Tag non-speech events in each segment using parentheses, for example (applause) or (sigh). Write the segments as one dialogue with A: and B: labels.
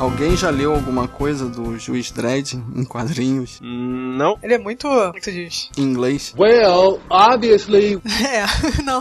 A: Alguém já leu alguma coisa do Juiz Dredd em quadrinhos?
B: Não.
C: Ele é muito. Como que tu diz?
A: Em inglês?
D: Well, obviously.
C: (laughs) É, (laughs) não.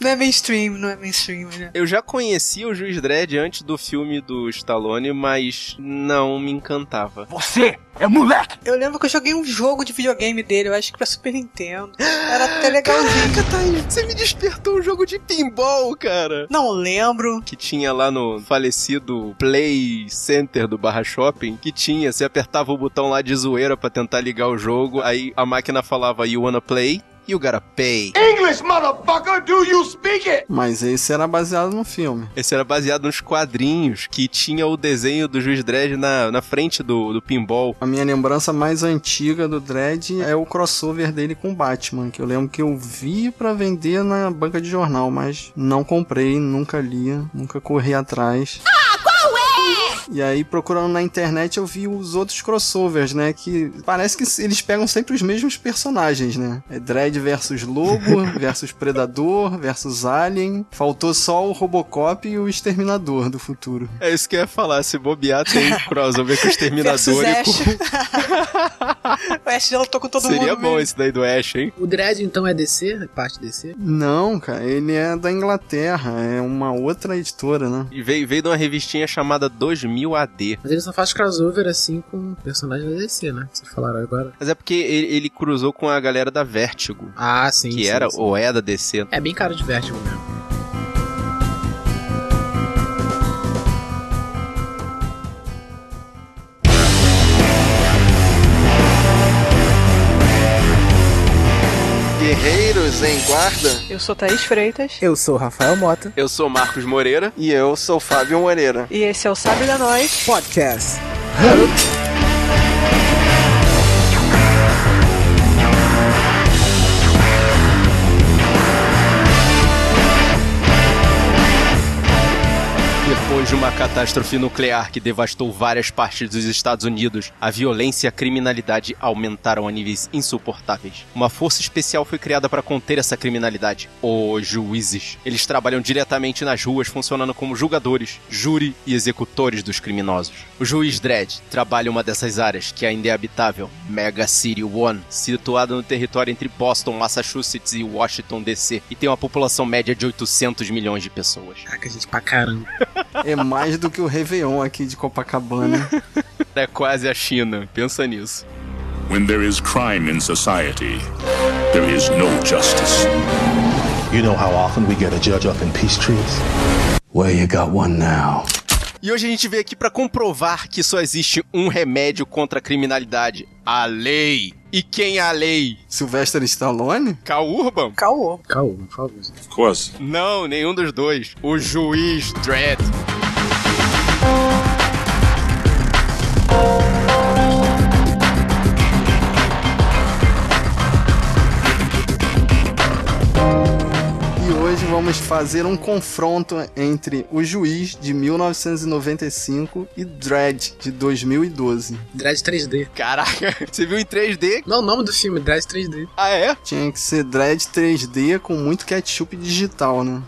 C: não é mainstream, não é mainstream, né?
B: Eu já conhecia o Juiz Dredd antes do filme do Stallone, mas não me encantava.
E: Você é moleque!
C: Eu lembro que eu joguei um jogo de videogame dele, eu acho que pra Super Nintendo. Era até legalzinho.
B: Caraca, Thaís, você me despertou um jogo de pinball, cara!
C: Não lembro.
B: Que tinha lá no falecido Play Center do Barra Shopping, que tinha, você apertava o botão lá de zoeira pra tentar ligar o jogo, aí a máquina falava, you wanna play? You gotta pay.
E: English, motherfucker, do you speak it?
A: Mas esse era baseado no filme.
B: Esse era baseado nos quadrinhos que tinha o desenho do Juiz Dredd na, na frente do, do pinball.
A: A minha lembrança mais antiga do Dredd é o crossover dele com o Batman, que eu lembro que eu vi pra vender na banca de jornal, mas não comprei, nunca lia, nunca corri atrás. E aí, procurando na internet, eu vi os outros crossovers, né? Que parece que eles pegam sempre os mesmos personagens, né? É Dredd versus Lobo, versus Predador, versus Alien. Faltou só o Robocop e o Exterminador do futuro.
B: É isso que eu ia falar, se bobear
C: (laughs)
B: tem crossover com o Exterminador e
C: Versus
B: com...
C: O Ash (laughs) já lutou com todo
B: Seria
C: mundo.
B: bom
C: mesmo.
B: esse daí do Ash, hein?
F: O Dredd então é DC? Parte DC?
A: Não, cara, ele é da Inglaterra, é uma outra editora, né?
B: E veio, veio de uma revistinha chamada 2000 AD.
F: Mas ele só faz crossover assim com personagens da DC, né? Vocês falaram agora.
B: Mas é porque ele, ele cruzou com a galera da Vertigo,
F: Ah, sim.
B: que
F: sim,
B: era
F: sim.
B: ou é da DC.
F: É bem caro de vértigo mesmo.
G: Guerreiros em guarda.
C: Eu sou Thaís Freitas.
H: Eu sou o Rafael Mota,
B: Eu sou Marcos Moreira.
G: E eu sou Fábio Moreira.
C: E esse é o Sabre da Nós.
H: podcast.
B: Depois de uma catástrofe nuclear que devastou várias partes dos Estados Unidos, a violência e a criminalidade aumentaram a níveis insuportáveis. Uma força especial foi criada para conter essa criminalidade: os juízes. Eles trabalham diretamente nas ruas, funcionando como julgadores, júri e executores dos criminosos. O juiz Dredd trabalha em uma dessas áreas que ainda é habitável, Mega City One, situada no território entre Boston, Massachusetts e Washington DC, e tem uma população média de 800 milhões de pessoas.
F: Caraca, gente, pra caramba.
A: É mais do que o Réveillon aqui de Copacabana.
G: (laughs)
B: É quase a China, pensa nisso.
I: When there is crime in society, there is no justice.
J: You know how often we get a judge up in peace trees? Well, you got one now.
B: E hoje a gente veio aqui pra comprovar que só existe um remédio contra a criminalidade: a lei. E quem é a lei?
A: Sylvester Stallone?
B: Cal Urban?
C: Caô.
F: Calma, por favor. gente.
I: Of course.
B: Não, nenhum dos dois. O juiz Dredd.
A: E hoje vamos fazer um confronto entre O Juiz de 1995 e Dredd de 2012.
F: Dredd 3D.
B: Caraca, (laughs) você viu em 3D?
F: Não, o nome do filme, Dredd 3D.
B: Ah, é?
A: Tinha que ser Dredd 3D com muito ketchup digital, né?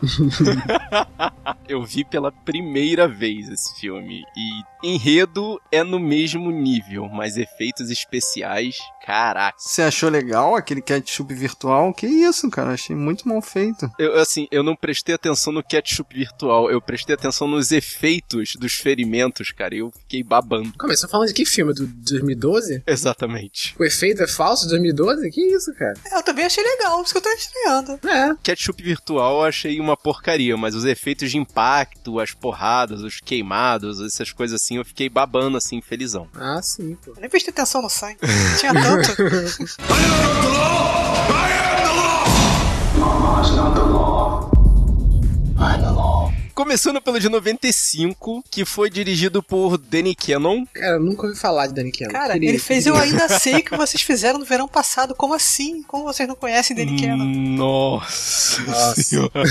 B: Eu vi pela primeira vez esse filme. E enredo é no mesmo nível, mas efeitos especiais, caraca.
A: Você achou legal aquele ketchup virtual? Que isso, cara? Achei muito mal feito.
B: Eu, assim, eu não prestei atenção no ketchup virtual, eu prestei atenção nos efeitos dos ferimentos, cara. e Eu fiquei babando.
F: Calma aí, você tá falando de que filme? Do 2012?
B: Exatamente.
F: O efeito é falso de 2012? Que isso, cara?
C: Eu também achei legal, por isso que eu tô estranhando.
F: É.
B: Ketchup virtual eu achei uma porcaria, mas os efeitos de impacto, as porradas, os queimados, essas coisas assim, eu fiquei babando assim, felizão.
F: Ah, sim, pô.
C: Eu nem prestei atenção no sangue. Tinha
B: (laughs)
C: tanto.
B: Começando pelo de 95, que foi dirigido por Danny Cannon.
F: Cara, eu nunca ouvi falar de Danny Cannon.
C: Cara,
F: Queria,
C: ele fez Eu
F: queria.
C: Ainda Sei o que vocês fizeram no verão passado. Como assim? Como vocês não conhecem Danny Cannon?
B: Nossa,
F: Nossa.
B: senhora.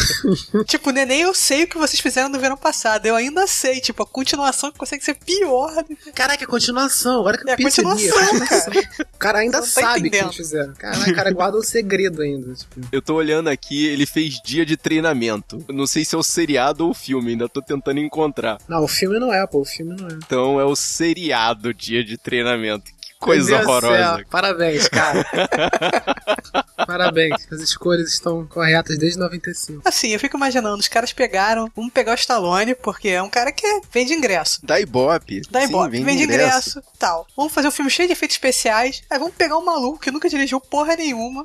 C: Tipo, neném, eu sei o que vocês fizeram no verão passado. Eu ainda sei. Tipo, a continuação que consegue ser pior. né?
F: Caraca, é continuação. Agora que eu
C: É
F: percebi.
C: continuação,
F: (laughs) cara. tá O cara ainda
C: Não tô
F: sabe o que
C: entendendo.
F: eles fizeram. Caraca, o cara guarda um segredo ainda. Tipo.
B: Eu tô olhando aqui, ele fez dia de treinamento. Eu Não sei se é o seriado ou o filme, ainda tô tentando encontrar.
F: Não, o filme não é, pô. O filme não é.
B: Então é o seriado Dia de Treinamento. Que coisa
F: Meu Deus do
B: horrorosa.
F: céu, Parabéns,
B: (laughs)
F: cara. Parabéns. As escolhas estão corretas desde 95.
C: Assim, eu fico imaginando, os caras pegaram, vamos pegar o Stallone, porque é um cara que vende ingresso.
B: Da Ibope.
C: Dá
B: Sim,
C: embora, vende ingresso, tal. Vamos fazer um filme cheio de efeitos especiais. Aí vamos pegar um maluco que nunca dirigiu porra nenhuma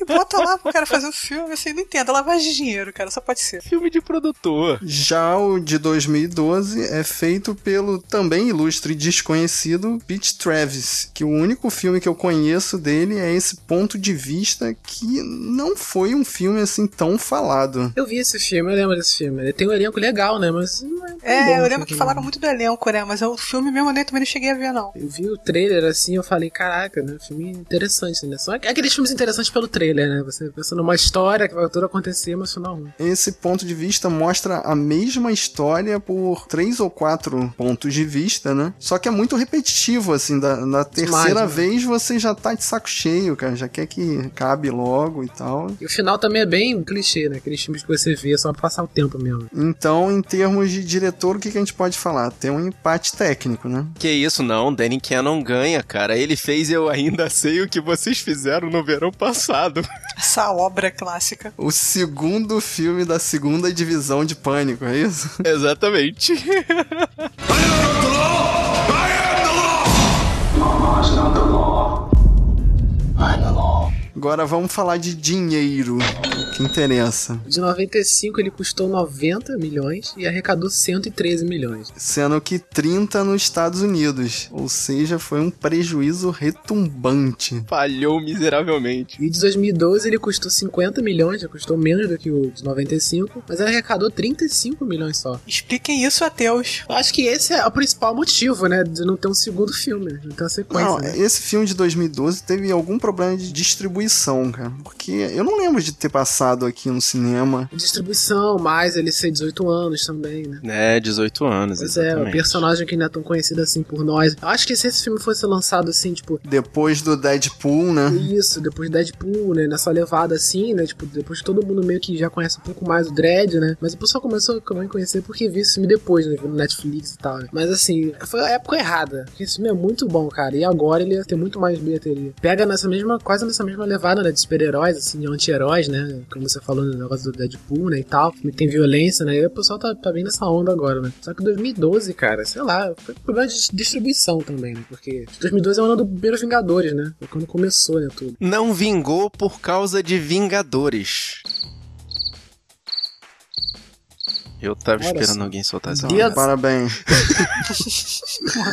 C: e bota lá pro cara fazer um filme. Assim, não entendo, lavagem de dinheiro, cara, só pode ser.
B: Filme de produtor.
A: Já o de 2012 é feito pelo também ilustre e desconhecido Pete Travis, que o único filme que eu conheço dele é esse ponto de vista que não foi um filme assim tão falado.
F: Eu vi esse filme, eu lembro desse filme. Ele tem um elenco legal, né? Mas não é tão bom
C: É, eu
F: assim
C: lembro que
F: também.
C: falaram muito do elenco, né? Mas o filme mesmo eu nem- também não cheguei a ver, não.
F: Eu vi o trailer assim, eu falei, caraca, né? Filme interessante, né? São aqu- aqueles filmes interessantes pelo trailer, né? Você pensa numa história que vai tudo acontecer, mas final ruim.
A: Esse ponto de vista mostra a mesma história por três ou quatro pontos de vista, né? Só que é muito repetitivo, assim, da, na terceira
F: né?
A: vez você já tá de saco cheio, cara, já quer que cabe logo e tal.
F: E o final também é bem clichê, né? Aqueles filmes que você vê só pra passar o tempo mesmo.
A: Então, em termos de diretor, o que, que a gente pode falar? Tem um empate técnico, né?
B: Que isso, não. Danny Cannon ganha, cara. Ele fez Eu Ainda Sei O Que Vocês Fizeram No Verão Passado. (laughs)
C: Essa obra clássica.
A: O segundo filme da segunda divisão de Pânico, é isso? (laughs)
B: Exatamente.
A: Agora vamos falar de dinheiro, o que interessa.
F: De 95 ele custou 90 milhões e arrecadou 113 milhões.
A: Sendo que 30 nos Estados Unidos, ou seja, foi um prejuízo retumbante.
B: Falhou miseravelmente.
F: E de 2012 ele custou 50 milhões, já custou menos do que o de 95, mas ele arrecadou 35 milhões só.
C: Expliquem isso, ateus.
F: Eu acho que esse é o principal motivo, né? De não ter um segundo filme, de não ter uma sequência.
A: Não, é
F: né?
A: esse filme de 2012 teve algum problema de distribuição, cara. Porque eu não lembro de ter passado aqui no cinema.
F: Distribuição, mais ele ser 18 anos também, né?
B: É, 18 anos,
F: Pois é, o
B: exatamente.
F: personagem que não é tão conhecido assim por nós. Eu acho que se esse filme fosse lançado assim, tipo,
A: Depois do Deadpool, né?
F: isso, depois de Deadpool, né? Nessa levada assim, né? Tipo, depois que todo mundo meio que já conhece um pouco mais o Dredd, né? Mas o pessoal começou também a conhecer porque viu esse filme depois, né? Viu no Netflix e tal. né? Mas assim, foi a época errada. Porque esse filme é muito bom, cara. E agora ele ia ter muito mais bilheteria. Pega nessa mesma, quase nessa mesma levada, né? De super-heróis, assim, de anti-heróis, né? Como você falou no negócio do Deadpool, né? E tal. Filme que tem violência, né? E o pessoal tá, tá bem nessa onda agora, né? Só que 2012, cara, sei lá, foi um problema de distribuição também, né? Porque 2012 é o ano do primeiro Vingadores, né? Foi quando começou, né? Tudo.
B: Não vingou por causa de Vingadores. Eu tava
F: Olha
B: esperando
F: só.
B: alguém soltar essa.
F: Deus.
A: Parabéns.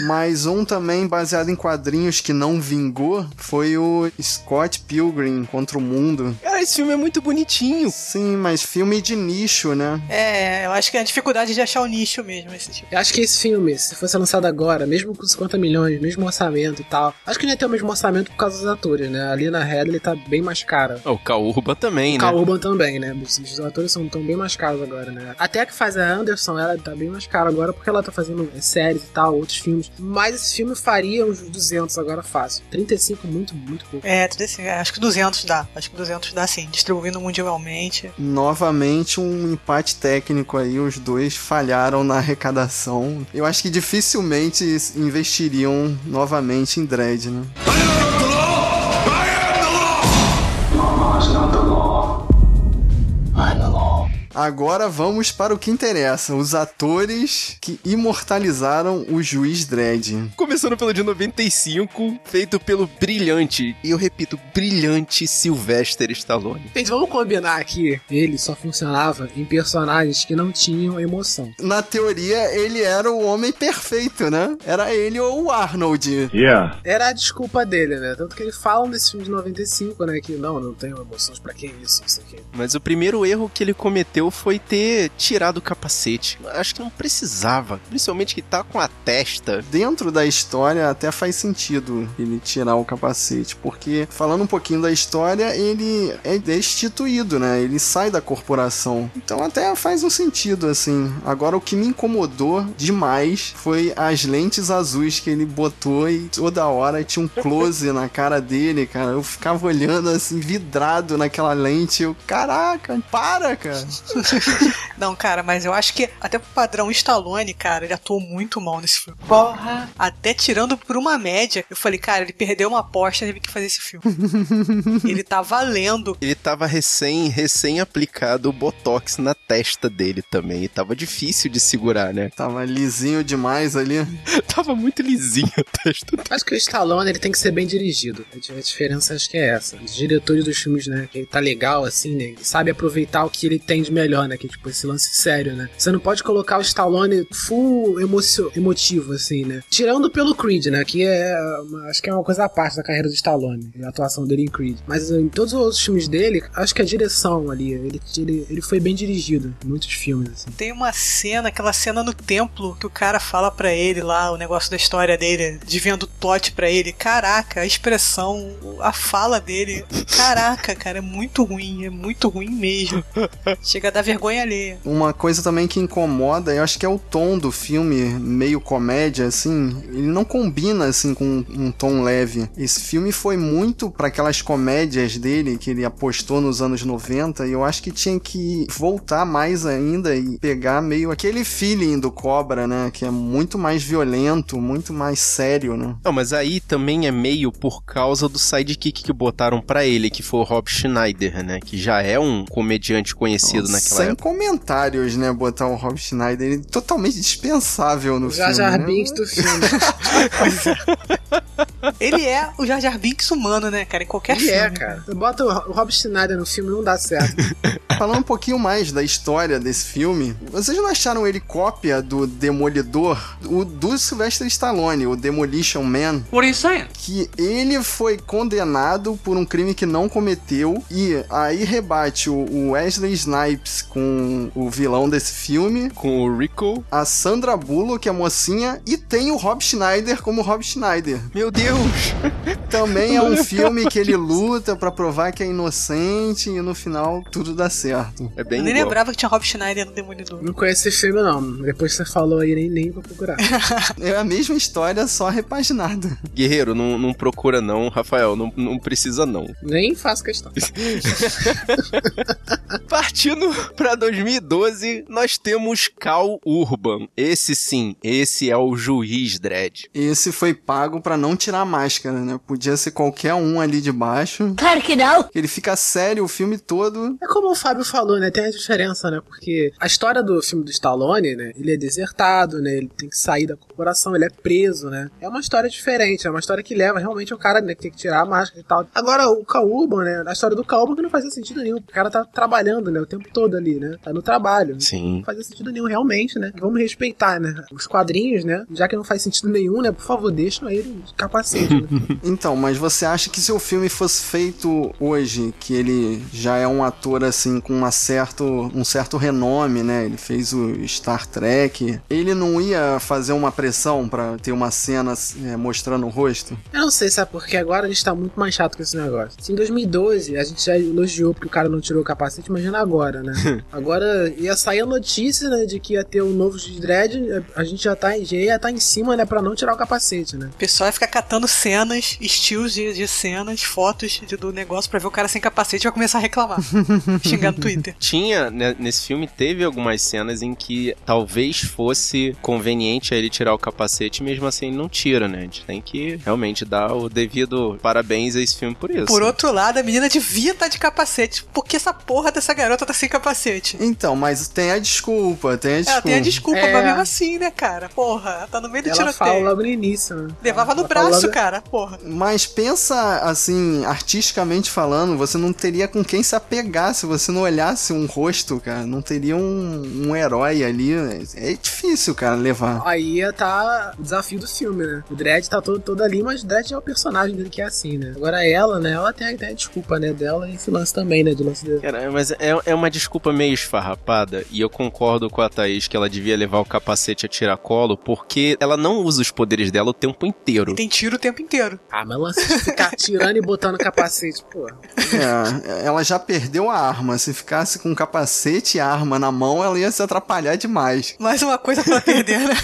A: Mais um também baseado em quadrinhos que não vingou foi o Scott Pilgrim contra o Mundo.
B: Cara, esse filme é muito bonitinho.
A: Sim, mas filme de nicho, né?
C: É, eu acho que é a dificuldade de achar o nicho mesmo, esse tipo.
F: Eu acho que esse filme, se fosse lançado agora, mesmo com 50 milhões, mesmo orçamento e tal, acho que não ia ter o mesmo orçamento por causa dos atores, né? Ali na Hadley tá bem mais cara.
B: Ah, O Caurba também,
F: O
B: né?
F: Cal Urban também, né? Os, os atores são tão bem mais caros agora, né? Até a que faz a Anderson, ela tá bem mais cara agora porque ela tá fazendo é, séries e tal, outros filmes. Mas esse filme faria uns 200 agora fácil. 35, muito, muito pouco.
C: É, tudo assim, é, acho que 200 dá. Acho que 200 dá sim, distribuindo mundialmente.
A: Novamente um empate técnico aí, os dois falharam na arrecadação. Eu acho que dificilmente investiriam novamente em Dredd, né? Agora vamos para o que interessa, os atores que imortalizaram o juiz Dredd.
B: Começando pelo de 95, feito pelo brilhante, e eu repito, brilhante Sylvester Stallone.
F: Gente, vamos combinar aqui. Ele só funcionava em personagens que não tinham emoção.
A: Na teoria, ele era o homem perfeito, né? Era ele ou o Arnold.
I: Yeah.
F: Era a desculpa dele, né? Tanto que ele fala nesse filme de 95, né? Que não, não tenho emoções pra que isso, não sei o quê.
B: Mas o primeiro erro que ele cometeu foi ter tirado o capacete. Acho que não precisava, principalmente que tá com a testa.
A: Dentro da história até faz sentido ele tirar o capacete, porque falando um pouquinho da história, ele é destituído, né? Ele sai da corporação. Então até faz um sentido assim. Agora o que me incomodou demais foi as lentes azuis que ele botou e toda hora tinha um close na cara dele, cara. Eu ficava olhando assim vidrado naquela lente, eu, caraca, para, cara.
C: Não, cara, mas eu acho que até pro padrão Stallone, cara, ele atuou muito mal nesse filme. Porra! Até tirando por uma média, eu falei, cara, ele perdeu uma aposta, teve que fazer esse filme. ele tá valendo.
B: Ele tava recém, recém aplicado o Botox na testa dele também. E tava difícil de segurar, né?
A: Tava lisinho demais ali.
B: (laughs) Tava muito lisinho a testa dele.
F: Acho que o Stallone ele tem que ser bem dirigido. A di- a diferença acho que é essa. Os diretores dos filmes, né? Que ele tá legal, assim, né? Ele sabe aproveitar o que ele tem de melhor, né? Que é, tipo esse lance sério, né? Você não pode colocar o Stallone full emocio- emotivo, assim, né? Tirando pelo Creed, né? Que é. uma- acho que é uma coisa à parte da carreira do Stallone, a atuação dele em Creed. Mas em todos os outros filmes dele, acho que a direção ali, ele, ele, ele foi bem dirigido. em Muitos filmes, assim.
C: Tem uma cena, aquela cena no templo, que o cara fala pra ele lá o negócio da história dele, de vendo o plot pra ele. Caraca, a expressão, a fala dele. Caraca, cara, é muito ruim, é muito ruim mesmo. Chega a dar vergonha alheia.
A: Uma coisa também que incomoda, eu acho que é o tom do filme, meio comédia, assim. Ele não combina, assim, com um- um tom leve. Esse filme foi muito para aquelas comédias dele, que ele apostou nos anos 90, e eu acho que tinha que voltar mais ainda e pegar meio aquele feeling do Cobra, né? Que é muito mais violento, muito mais sério, né?
B: Não, mas aí também é meio por causa do sidekick que botaram pra ele, que foi o Rob Schneider, né? Que já é um comediante conhecido naquela
A: Sem
B: época.
A: comentários, né? Botar o Rob Schneider, ele é totalmente dispensável no
F: O Jar
A: filme.
F: Jar
A: né?
F: Binks do filme. é (laughs)
C: Ele é o Jar Jar Binks humano, né, cara? Em qualquer
F: Ele
C: filme.
F: é, cara. Bota o Rob Schneider no filme, não dá certo.
A: Falando um pouquinho mais da história desse filme, vocês não acharam ele cópia do Demolidor? O do Sylvester Stallone, o Demolition Man,
E: What are you saying?
A: que ele foi condenado por um crime que não cometeu e aí rebate o- o Wesley Snipes com o vilão desse filme.
B: Com o Rico.
A: A Sandra Bullock, a mocinha, e tem o Rob Schneider como Rob Schneider.
B: Meu Deus!
A: Também é um filme que ele luta pra provar que é inocente e no final tudo dá certo.
B: É
C: Eu
B: bem
C: nem
B: igual.
C: lembrava que tinha Rob Schneider no Demolidor.
F: Não conheço esse filme, não. Depois que você falou aí, nem, nem vou procurar.
A: É a mesma história, só repaginada.
B: Guerreiro, não, não procura não, Rafael. Não, não precisa não.
F: Nem faço questão.
B: Partindo pra 2012, nós temos Cal Urban. Esse sim, esse é o juiz Dredd.
A: Esse foi pago pra não tirar a máscara, né? Podia ser qualquer um ali de baixo.
H: Claro que não!
A: Ele fica sério o filme
F: (laughs)
A: todo.
F: É como o Fábio falou, né? Tem a diferença, né? Porque a história do filme do Stallone, né? Ele é desertado, né? Ele tem que sair da corporação, ele é preso, né? É uma história diferente, é uma história que leva realmente o cara, né? Que tem que tirar a máscara e tal. Agora, o Kaurban, né? A história do Kaurban que não fazia sentido nenhum. O cara tá trabalhando, né? O tempo todo ali, né? Tá no trabalho.
B: Sim.
F: Não fazia sentido nenhum, realmente, né? Vamos respeitar, né? Os quadrinhos, né? Já que não faz sentido nenhum, né? Por favor, deixa ele de capacete, né?
A: Então, mas você acha que se o filme fosse feito hoje, que ele já é um ator assim com uma certo, um certo renome, né? Ele fez o Star Trek. Ele não ia fazer uma pressão pra ter uma cena é, mostrando o rosto?
F: Eu não sei, sabe? Porque agora a gente tá muito mais chato com esse negócio. Se em 2012 a gente já elogiou porque o cara não tirou o capacete, imagina agora, (laughs) né? agora ia sair a notícia, né, de que ia ter o novo de Dread, a gente já tá, já ia tá em cima, né, pra não tirar o capacete, né?
C: O pessoal ia ficar catando cenas, estilos de, de cenas, fotos de- do negócio pra ver o cara sem capacete e vai começar a
F: (laughs)
C: reclamar. xingar no Twitter.
B: Tinha, né, nesse filme, teve algumas cenas em que talvez fosse conveniente a ele tirar o capacete, mesmo assim ele não tira, né? A gente tem que realmente dar o devido parabéns a esse filme por isso.
C: Por outro lado, a menina devia estar de capacete. Por que essa porra dessa garota tá sem capacete?
A: Então, mas tem a desculpa, tem a desculpa.
C: Ela tem a desculpa,
F: É.
C: mas mesmo assim, né, cara? Porra, ela tá no meio do
F: Ela fala
C: tiroteio.
F: logo no início, né?
C: Levava no
F: Ela fala
C: braço,
F: logo-
C: cara, porra.
A: Mas pensa assim, artisticamente falando, você não teria com quem se apegar se você não olhasse um rosto, cara. Não teria um, um herói ali. É difícil, cara, levar.
F: Aí ia tá o desafio do filme, né? O Dredd tá todo, todo ali, mas o Dredd é o personagem dele que é assim, né? Agora ela, né? Ela tem a, tem a desculpa, né? Dela e esse lance também, né? De lance dele.
B: Cara, mas é, é uma desculpa meio esfarrapada, e eu concordo com a Thaís que ela devia levar o capacete a tiracolo, porque ela não usa os poderes dela o tempo inteiro.
C: Tem tiro o tempo inteiro.
F: Ah, mas lance de (laughs) ficar tirando e botando capacete, pô.
B: (laughs)
A: É, ela já perdeu a arma. Se ficasse com um capacete e arma na mão, ela ia se atrapalhar demais.
C: Mais uma coisa pra perder, né?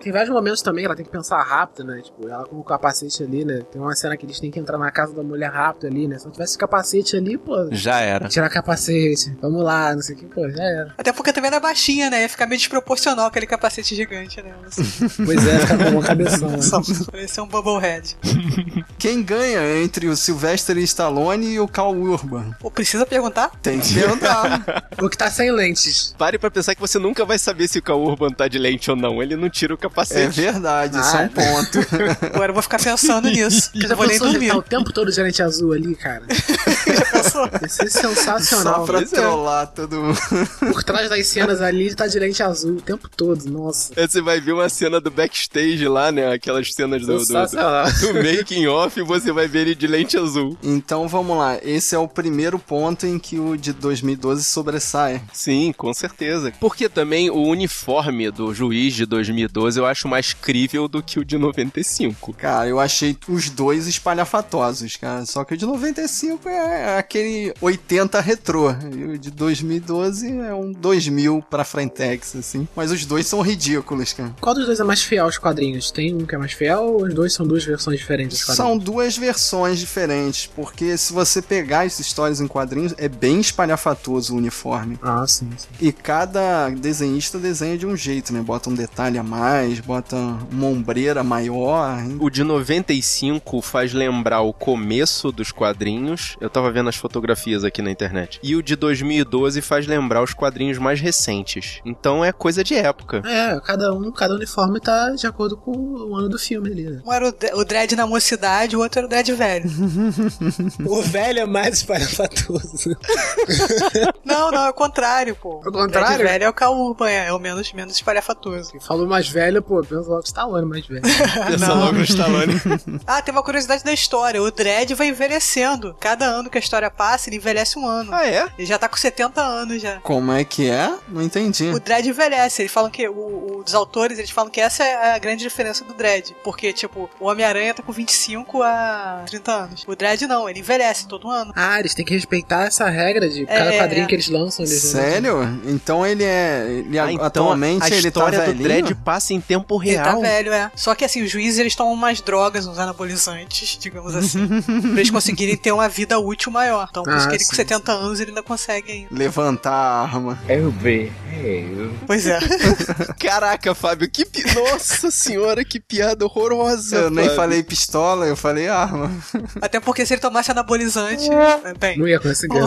F: Tem vários momentos também que ela tem que pensar rápido, né? Tipo, ela com o capacete ali, né? Tem uma cena que eles têm que entrar na casa da mulher rápido ali, né? Se não tivesse capacete ali, pô.
B: Já
C: É.
B: era.
F: Tirar capacete, vamos lá, não sei o que, pô, já era.
C: Até porque também ela é baixinha, né? Ia ficar meio desproporcional aquele capacete gigante, né? Assim,
F: Pois é, fica com uma cabeção, né?
C: só parecia um bubblehead.
A: Quem ganha entre o Sylvester Stallone e o Cal Urban?
C: Pô, precisa perguntar?
A: Tem
B: (laughs)
A: que perguntar.
F: O que tá sem lentes.
B: Pare pra pensar que você nunca vai saber se o Cal Urban tá de lente ou não. Ele não tira o
A: é
B: capacete.
A: verdade, isso é
B: Ah,
A: um ponto.
B: (laughs)
C: Agora eu vou ficar pensando nisso.
F: Que
C: Eu não vou nem dormir.
F: o tempo todo gerente azul ali, cara.
C: Já pensou?
F: Ia (laughs) ser
A: Só
F: sensacional.
A: pra
B: Pois é.
A: trollar todo mundo.
F: Por trás das cenas ali, ele tá de lente azul o tempo todo, nossa.
B: Aí Você vai ver uma cena do backstage lá, né? Aquelas cenas do, do, do,
F: Sensacional.
B: do making off, você vai ver ele de lente azul.
A: Então vamos lá, esse é o primeiro ponto em que o de 2012 sobressai.
B: Sim, com certeza. Porque também o uniforme do juiz de 2012 eu acho mais crível do que o de 95.
A: Cara, eu achei os dois espalhafatosos, cara. Só que o de 95 é aquele 80 retrô. E o de 2012 é um 2000 pra Frentex, assim. Mas os dois são ridículos, cara.
F: Qual dos dois é mais fiel aos quadrinhos? Tem um que é mais fiel ou os dois são duas versões diferentes dos
A: São
F: quadrinhos?
A: duas versões diferentes, porque se você pegar as histórias em quadrinhos, é bem espalhafatoso o uniforme.
F: Ah, sim, sim.
A: E cada desenhista desenha de um jeito, né? Bota um detalhe a mais, bota uma ombreira maior. hein?
B: O de 95 faz lembrar o começo dos quadrinhos. Eu tava vendo as fotografias aqui na internet. E o de 2012 faz lembrar os quadrinhos mais recentes. Então é coisa de época.
F: É, cada um, cada uniforme tá de acordo com o ano do filme ali, né?
C: (laughs) Um era o Dre- o Dredd na mocidade, o outro era o Dredd velho.
F: (laughs) O velho é mais espalhafatoso.
C: Não, não, é o contrário, pô.
F: É o contrário?
C: O Dredd velho é o Cal Urban, é, é o menos, menos
F: (laughs)
C: espalhafatoso.
F: Falou mais velho, pô, pensa logo que Stallone mais velho.
B: Pensa logo no Stallone.
C: Ah, tem uma curiosidade da história. O Dredd vai envelhecendo. Cada ano que a história passa, ele envelhece um ano.
B: ah, é?
C: Ele já tá com 70 anos já.
A: Como é que é? Não
F: Hum.
A: entendi.
C: O Dredd envelhece, eles falam que. O, os autores eles falam que essa é a grande diferença do Dredd. Porque, tipo, o Homem-Aranha tá com 25 a 30 anos. O Dredd não, ele envelhece todo ano.
F: Ah, eles têm que respeitar essa regra de cada
C: É.
F: quadrinho que eles lançam. Eles
A: Sério? Então ele é. Ele
B: (laughs) Ah,
A: a-
B: então
A: atualmente
B: a
A: ele tá
B: história do
A: velhinho?
B: Dredd passa em tempo
C: Ele tá
B: real.
C: velho, é. Só que assim, os juízes eles tomam umas drogas, uns anabolizantes, (laughs) digamos assim, pra eles conseguirem ter uma vida útil maior. Então, por isso
F: Ah,
C: que ele com
F: sim,
C: 70 anos ele ainda consegue ainda.
A: Levantar a arma.
C: Pois é. (laughs)
B: Caraca, Fábio, que pi... (laughs) Nossa senhora, que piada horrorosa.
A: Eu nem
B: Fábio.
A: falei pistola, eu falei arma.
C: Até porque se ele tomasse
F: (laughs)
C: anabolizante. é, Bem.
F: Não ia conseguir, né?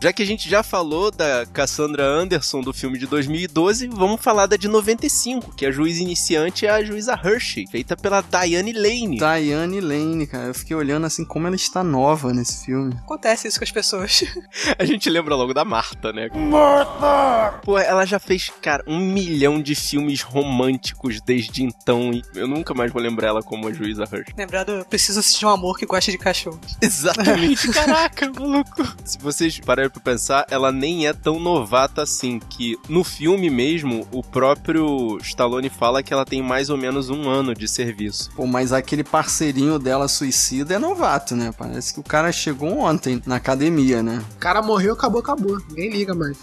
B: Já que a gente já falou da Cassandra Anderson do filme de 2012, vamos falar da de 95, que a juiz iniciante é a juíza Hershey, feita pela Diane
A: Tá.
B: Lane.
A: Diane Lane, cara. Eu fiquei olhando assim como ela está nova nesse filme.
C: Acontece isso com as pessoas. (laughs)
B: A gente lembra logo da Marta, né? Marta! Pô, ela já fez, cara, um milhão de filmes românticos desde então e eu nunca mais vou lembrar ela como a juíza Hershey.
C: Lembrado, precisa de um amor que gosta de cachorro.
B: (laughs) Exatamente. Caraca, maluco. Se vocês pararem pra pensar, ela nem é tão novata assim, que no filme mesmo, o próprio Stallone fala que ela tem mais ou menos um ano de serviço.
A: Pô, mas aquele parceirinho dela suicida é novato, né? Parece que o cara chegou ontem na academia, né?
F: O cara morreu, acabou, acabou. Ninguém liga mais.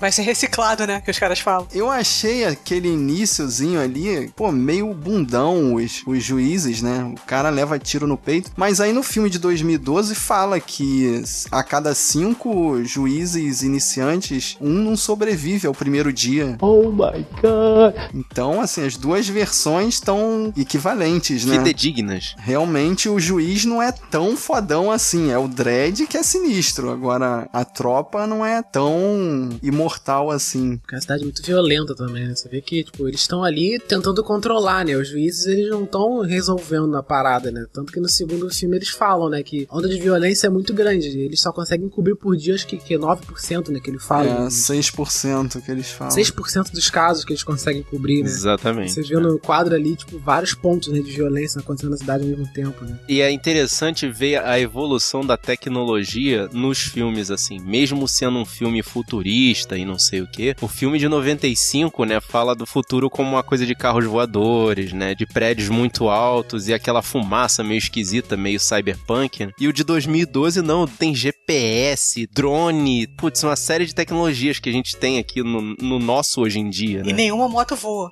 C: Vai ser reciclado, né? Que os caras falam.
A: Eu achei aquele iníciozinho ali, pô, meio bundão os, os juízes, né? O cara leva tiro no peito. Mas aí no filme de 2012 fala que a cada cinco juízes iniciantes, um não sobrevive ao primeiro dia. Oh my god! Então, assim, as duas versões estão equivalentes, né?
B: Fidedignas.
A: Realmente o juiz não é tão fodão assim. É o Dredd que é sinistro. Agora, a tropa não é tão imortal assim.
F: Porque é uma cidade muito violenta também, né? Você vê que, tipo, eles estão ali tentando controlar, né? Os juízes, eles não estão resolvendo a parada, né? Tanto que no segundo filme eles falam, né? Que a onda de violência é muito grande. e Eles só conseguem cobrir por explodir, acho que, que é 9%, né? Que ele fala.
A: É, 6% que eles falam.
F: 6% dos casos que eles conseguem cobrir, né?
B: Exatamente.
F: Você viu no quadro ali, tipo, vários pontos né, de violência acontecendo na cidade ao mesmo tempo, né?
B: E é interessante ver a evolução da tecnologia nos filmes, assim. Mesmo sendo um filme futurista e não sei o quê, o filme de 95, né, fala do futuro como uma coisa de carros voadores, né, de prédios muito altos e aquela fumaça meio esquisita, meio cyberpunk. né? E o de 2012, não, tem GPS, drone, putz, uma série de tecnologias que a gente tem aqui no, no nosso hoje em dia,
C: E
F: É.
B: né?
C: nenhuma moto voa.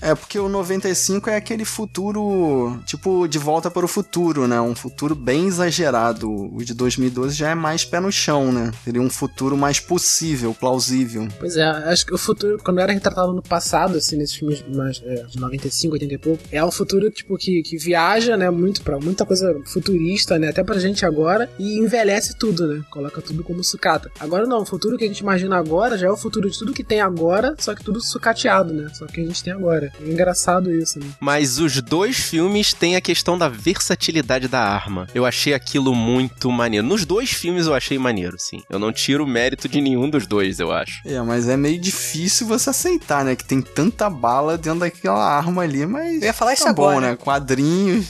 A: É porque o 95 é aquele futuro, tipo, de volta para o futuro, né? Um futuro bem exagerado. O de 2012 já é mais pé no chão, né? Seria um futuro mais possível, plausível.
F: Pois é, acho que o futuro, quando era retratado no passado, assim, nesses filmes mais, é, de 95, 80 e pouco, é um futuro, tipo, que, que viaja, né, muito pra muita coisa futurista, né, até pra gente agora, e envelhece tudo, né, coloca tudo como sucata. Agora não, o futuro que a gente imagina agora já é o futuro de tudo que tem agora, só que tudo sucateado, né, só que a gente tem agora. É engraçado isso, né.
B: Mas os dois filmes têm a questão da versatilidade da arma. Eu achei aquilo muito maneiro. Nos dois filmes eu achei maneiro, sim. Eu não tiro o mérito de nenhum dos dois, eu acho.
A: É, mas é meio difícil você aceitar, né? Que tem tanta bala dentro daquela arma ali, mas.
C: Eu ia falar isso
A: tá bom,
C: agora.
A: né? Quadrinhos.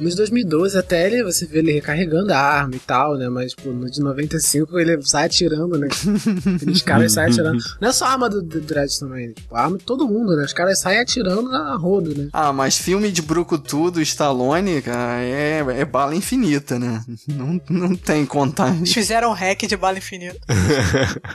F: Nos 2012 até ele, você vê ele recarregando a arma e tal, né? Mas, pô, no de 95 ele sai atirando, né? Os caras saem atirando. Não é só a arma do, do Dredd também, né? tipo, a arma de todo mundo, né? Os caras saem atirando na rodo, né?
A: Ah, mas filme de brucutu do Stallone, cara, é, é bala infinita, né? (laughs) Não, não tem contagem.
C: Eles fizeram um hack de bala infinita.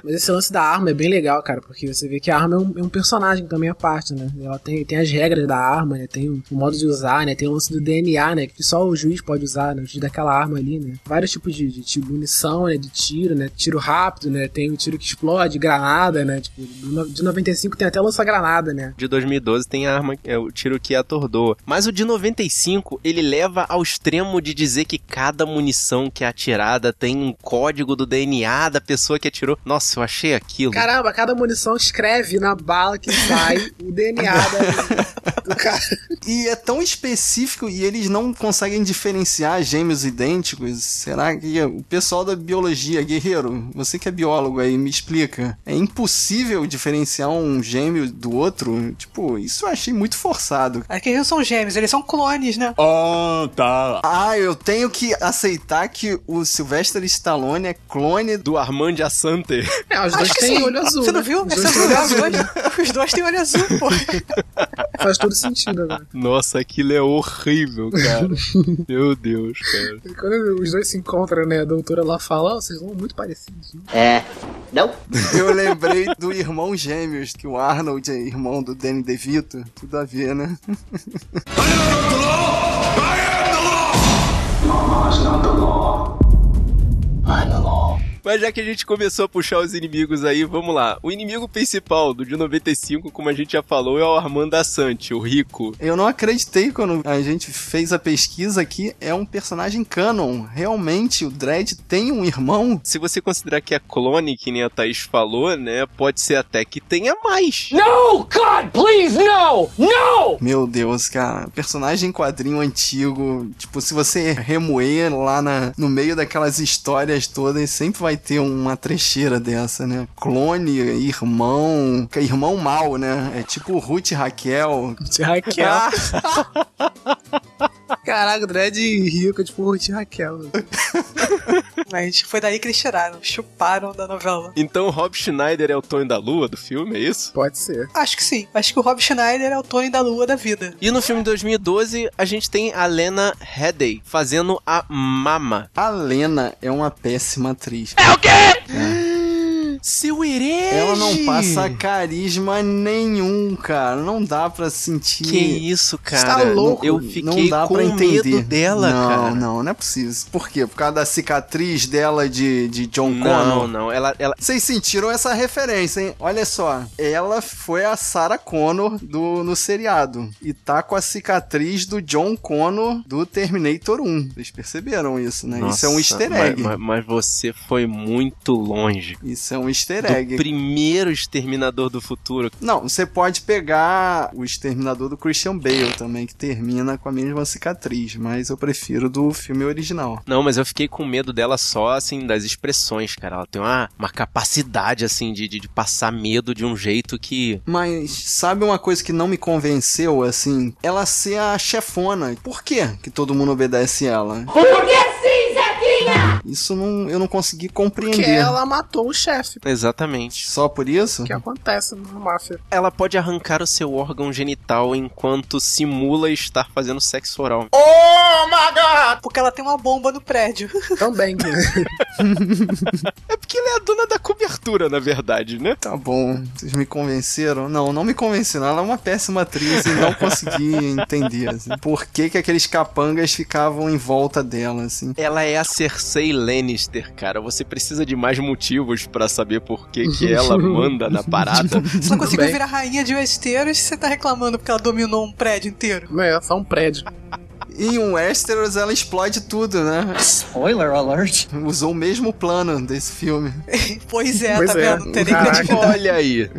F: Mas esse lance da arma é bem legal, cara, porque você vê que a arma é um, é um personagem também à parte, né? Ela tem, tem as regras da arma, né? Tem o modo de usar, né? Tem o lance do DNA, né? Que só o juiz pode usar, né? O juiz daquela arma ali, né? Vários tipos de, de, de munição, né? De tiro, né? Tiro rápido, né? Tem o tiro que explode, granada, né? Tipo, do no- de 95 tem até lança-granada, né?
B: De 2012 tem a arma, é, o tiro que atordoa. Mas o de 95, ele leva ao extremo de dizer que cada munição que é atirada tem um código do DNA da pessoa que atirou. Nossa, eu achei aquilo.
F: Caramba, cada munição escreve na bala que sai o
C: (laughs)
F: DNA da, do cara.
A: E é tão específico e eles não conseguem diferenciar gêmeos idênticos. Será que o pessoal da biologia, guerreiro, você que é biólogo aí, me explica. É impossível diferenciar um gêmeo do outro? Tipo, isso eu achei muito forçado.
C: Aqui Ah, eles são gêmeos, eles são clones, né?
A: Ah, eu tenho que aceitar que o Sylvester Stallone é clone do. (laughs)
B: Do Armand Assante. (laughs)
F: É, os dois
C: Acho que
F: têm
C: sim.
F: olho azul.
C: Você não
F: né?
C: viu? é
F: Os
C: Você
F: dois
C: não
F: têm
C: viu?
F: olho azul.
C: Os dois- Os dois têm olho azul, pô.
F: Faz todo sentido agora.
B: Nossa, aquilo é horrível, cara. Meu Deus, cara.
F: E Quando os dois se encontram, né? A doutora lá fala, ó, vocês são muito parecidos. (laughs) né?"
A: Eu lembrei do irmão gêmeos, que o Arnold é irmão do Danny DeVito. Tudo a ver, né?
B: Mas já que a gente começou a puxar os inimigos aí, vamos lá. O inimigo principal do de 95, como a gente já falou, é o Armando Assante, o rico.
A: Eu não acreditei quando a gente fez a pesquisa aqui. É um personagem canon. Realmente, o Dredd tem um irmão?
B: Se você considerar que é clone, que nem a Thaís falou, né? Pode ser até que tenha mais.
E: No! God, please, no! No!
A: Meu Deus, cara. Personagem em quadrinho antigo. Tipo, se você remoer lá na- no meio daquelas histórias todas, sempre vai ter uma trecheira dessa, né? Clone, irmão. que é Irmão mal, né? É tipo Ruth e Raquel.
F: De Raquel.
B: (laughs)
F: Caraca, o Dredd rico, tipo, o de Raquel.
C: Mas foi daí que eles tiraram, chuparam da novela.
B: Então o Rob Schneider é o Tony da Lua do filme, é isso?
F: Pode ser.
C: Acho que sim. Acho que o Rob Schneider é o Tony da Lua da vida.
B: E no filme de 2012, a gente tem a Lena Headey fazendo a Mama.
A: A Lena é uma péssima atriz.
B: Seu herege!
A: Ela não passa carisma nenhum, cara. Não dá pra sentir.
B: Que isso, cara.
A: tá louco?
B: Eu fiquei com medo dela,
A: não,
B: cara.
A: Não, não é possível. Por quê? Por causa da cicatriz dela de, de John Connor.
B: Não, não, não. Ela, ela,
A: Vocês sentiram essa referência, hein? Olha só, ela foi a Sarah Connor do, no seriado e tá com a cicatriz do John Connor do Terminator 1. Vocês perceberam isso, né? isso é um
B: Nossa,
A: easter
B: mas-
A: egg.
B: Mas, mas você foi muito longe.
A: Isso é um um easter
B: Do
A: egg.
B: primeiro Exterminador do Futuro.
A: Não, você pode pegar o Exterminador do Christian Bale também, que termina com a mesma cicatriz, mas eu prefiro do filme original.
B: Não, mas eu fiquei com medo dela só, assim, das expressões, cara. Ela tem uma, uma capacidade, assim, de, de, de passar medo de um jeito que.
A: Mas sabe uma coisa que não me convenceu, assim? Ela ser a chefona. Por quê que todo mundo obedece ela? Isso não, eu não consegui
F: Porque
B: Um
A: compreender.
F: ela matou o chefe.
B: Exatamente.
A: Só por isso?
F: Que acontece no máfia.
B: Ela pode arrancar o seu órgão genital enquanto simula estar fazendo sexo oral.
F: Ah.
C: Porque ela tem uma bomba no
F: (laughs)
C: prédio.
F: Também. né?
B: É porque ela é a dona da cobertura, na verdade, né?
A: Tá bom, vocês me convenceram? Não, não me convenceram. Ela é uma péssima atriz e não consegui entender assim, por que, que aqueles capangas ficavam em volta dela, assim.
B: Ela é a Cersei Lannister, cara. Você precisa de mais motivos pra saber por que, que ela manda na parada.
C: Você não conseguiu
F: bem.
C: virar rainha de Westeros e você tá reclamando porque ela dominou um prédio inteiro. (laughs)
F: é, só um prédio.
A: E em Westeros ela explode tudo, né?
E: Spoiler alert.
A: Usou o mesmo plano desse filme.
C: Pois é,
F: Pois
C: tá
F: é.
C: vendo? Não tem nem
F: Caraca.
C: credibilidade.
B: Olha aí.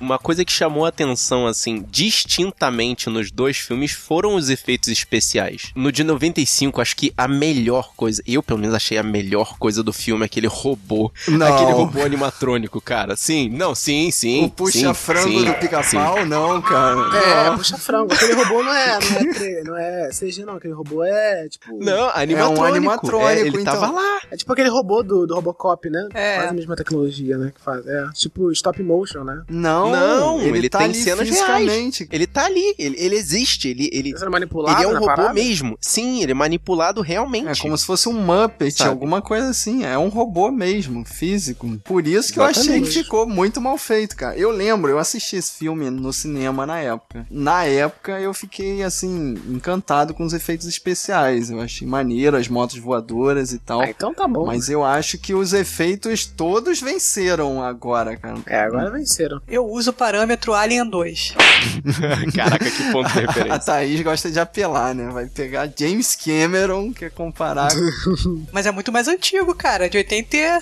B: Uma coisa que chamou a atenção, assim, distintamente nos dois filmes foram os efeitos especiais. No de 95, acho que a melhor coisa, eu pelo menos achei a melhor coisa do filme, aquele robô.
A: Não.
B: Aquele robô animatrônico, cara. Sim, não, sim, sim.
A: o puxa-frango
B: sim,
A: do
B: sim, sim.
A: pica-pau, não, cara.
F: É, puxa frango. Aquele robô não é, não é, tre- não é CG, não. Aquele robô é tipo.
B: Não, animatrônico.
A: um animatrônico,
B: É, ele
A: então.
B: tava lá.
F: É tipo aquele robô do, do Robocop, né?
C: É.
F: Quase a mesma tecnologia, né? Que faz. É. Tipo stop motion, né?
A: Não,
B: Não,
A: ele,
B: ele
A: tá
B: tem
A: ali
B: cenas
A: fisicamente.
B: Ele tá ali, ele, ele existe, ele, ele,
F: Você não é manipulado
B: ele é um
F: na
B: robô
F: parada?
B: mesmo. Sim, ele é manipulado
A: É
B: realmente.
A: como se fosse um Muppet,
B: Sabe?
A: alguma coisa assim. É um robô mesmo, físico. Por isso que eu achei
F: Exatamente.
A: que ficou muito mal feito, cara. Eu lembro, eu assisti esse filme no cinema na época. Na época eu fiquei, assim, encantado com os efeitos especiais. Eu achei maneiro, as motos voadoras e tal.
F: Ah, então tá bom.
A: Mas eu acho que os efeitos todos venceram agora, cara.
F: É,
B: (laughs)
F: agora venceram.
C: Eu uso o parâmetro Alien 2.
B: Caraca, que ponto de
A: A
B: referência.
A: Thaís gosta de apelar, né? Vai pegar James Cameron, que é comparar.
C: Mas é muito mais antigo, cara. De
F: é.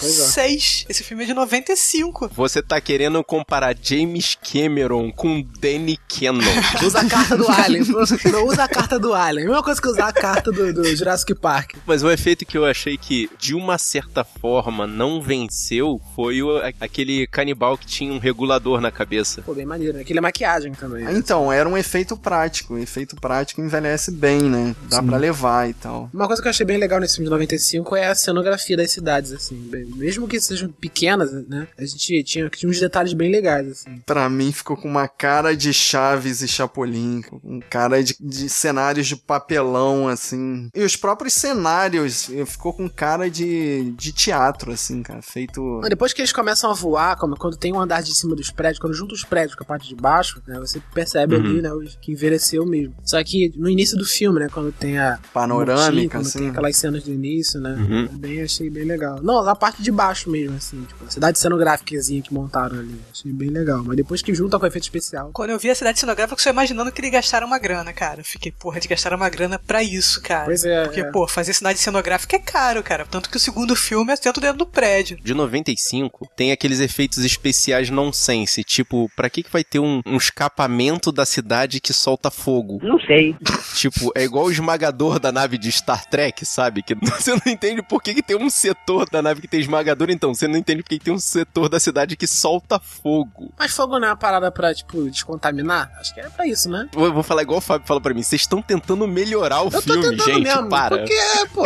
C: 86. Esse filme é de 95.
B: (laughs) Você tá querendo comparar James Cameron com Danny (laughs) Cannon.
F: Usa a carta do Alien. Não usa a carta do Alien. Mesma coisa que usar a carta do, do Jurassic Park.
B: Mas o efeito que eu achei que, de uma certa forma, não venceu foi o- a- aquele canibal que tinha um regulador na cabeça.
F: Pô, bem maneiro, né? Aquele é maquiagem também.
A: Ah, Então, era um efeito prático. O efeito prático envelhece bem, né? Dá pra levar e tal.
F: Uma coisa que eu achei bem legal nesse filme de 95 é a cenografia das cidades, assim. Bem, Mesmo que sejam pequenas, né? A gente tinha, tinha uns detalhes bem legais, assim.
A: Pra mim, ficou com uma cara de Chaves e Chapolin. Um cara de, de cenários de papelão, assim. E os próprios cenários eh, ficou com cara de, de teatro, assim, cara. Feito.
F: Mas Depois que eles começam a voar, como quando tem um andar de cima dos prédios, quando junta os prédios com a parte de baixo, né? Você percebe
A: Uhum.
F: ali, né? os- Que envelheceu mesmo. Só que no início do filme, né? Quando tem a.
A: Panorâmica,
F: quando
A: assim.
F: tem aquelas cenas do início, né?
B: Uhum.
F: Bem, achei bem legal. Não, a parte de baixo mesmo, assim. Tipo, a cidade cenográficazinha que montaram ali. Achei bem legal. Mas depois que junta com efeito especial.
C: Quando eu vi a cidade cenográfica, eu só imaginando que eles gastaram uma grana, cara. Eu Fiquei, porra, eles gastaram uma grana pra isso, cara.
F: Pois é,
C: Porque,
F: é.
C: pô, fazer cidade cenográfica é caro, cara. Tanto que o segundo filme é dentro dentro do prédio.
B: de 95 tem aqueles efeitos especiais nonsense, tipo, pra que que vai ter um, um escapamento da cidade que solta fogo? Não sei. Tipo, é igual o esmagador da nave de Star Trek, sabe? Que (laughs) você não entende por que, que tem um setor da nave que tem esmagador, então você não entende por que, que tem um setor da cidade que solta fogo.
F: Mas fogo não é uma parada pra, tipo, descontaminar? Acho que era pra isso, né?
B: Eu vou falar igual o Fábio fala pra mim, vocês estão tentando melhorar o
F: Eu tô
B: filme,
F: tentando
B: gente,
F: mesmo.
B: para.
F: Porque,
B: (laughs)
F: pô,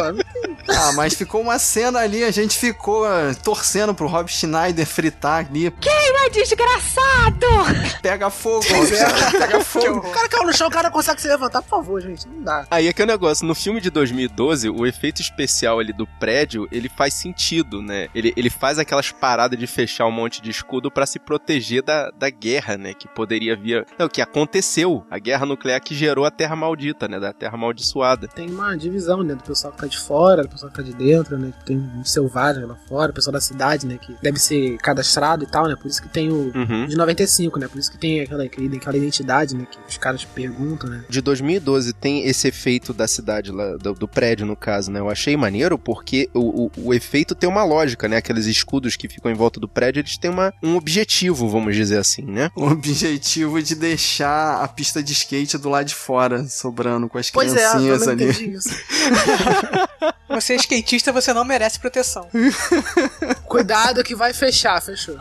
A: Ah, mas ficou uma cena ali, a gente ficou ah, torcendo pro Rob Schneider fritar ali.
H: desgraçado!
A: Pega fogo, Rob Schneider, pega fogo.
F: o cara caiu no chão, o cara consegue se levantar. Por favor, gente, não dá.
B: Aí é que é o negócio, no filme de 2012, o efeito especial ali do prédio, ele faz sentido, né? Ele, ele faz aquelas paradas de fechar um monte de escudo pra se proteger da, da guerra, né? Que poderia vir... Não, que aconteceu. A guerra nuclear que gerou a Terra Maldita, né? Da Terra Amaldiçoada.
F: Tem uma divisão, né? Do pessoal que tá de fora, do pessoal que tá de dentro, né? Tem um selvagem lá fora, o pessoal da cidade, né? Que deve ser cadastrado e tal, né? Por isso que tem o.
B: Uhum.
F: Os 95, né? Por isso que tem aquela, aquela identidade, né? Que os caras perguntam, né?
B: de 2012 tem esse efeito da cidade lá, do, do prédio, no caso, né? Eu achei maneiro porque o, o, o efeito tem uma lógica, né? Aqueles escudos que ficam em volta do prédio, eles têm uma, um objetivo, vamos dizer assim, né?
A: O objetivo de deixar a pista de skate do lado de fora, sobrando com as
F: Pois é, eu
A: criancinhas
F: não
A: ali.
F: entendi isso.
C: Você é skatista, você não merece proteção.
F: Cuidado que vai fechar, fechou.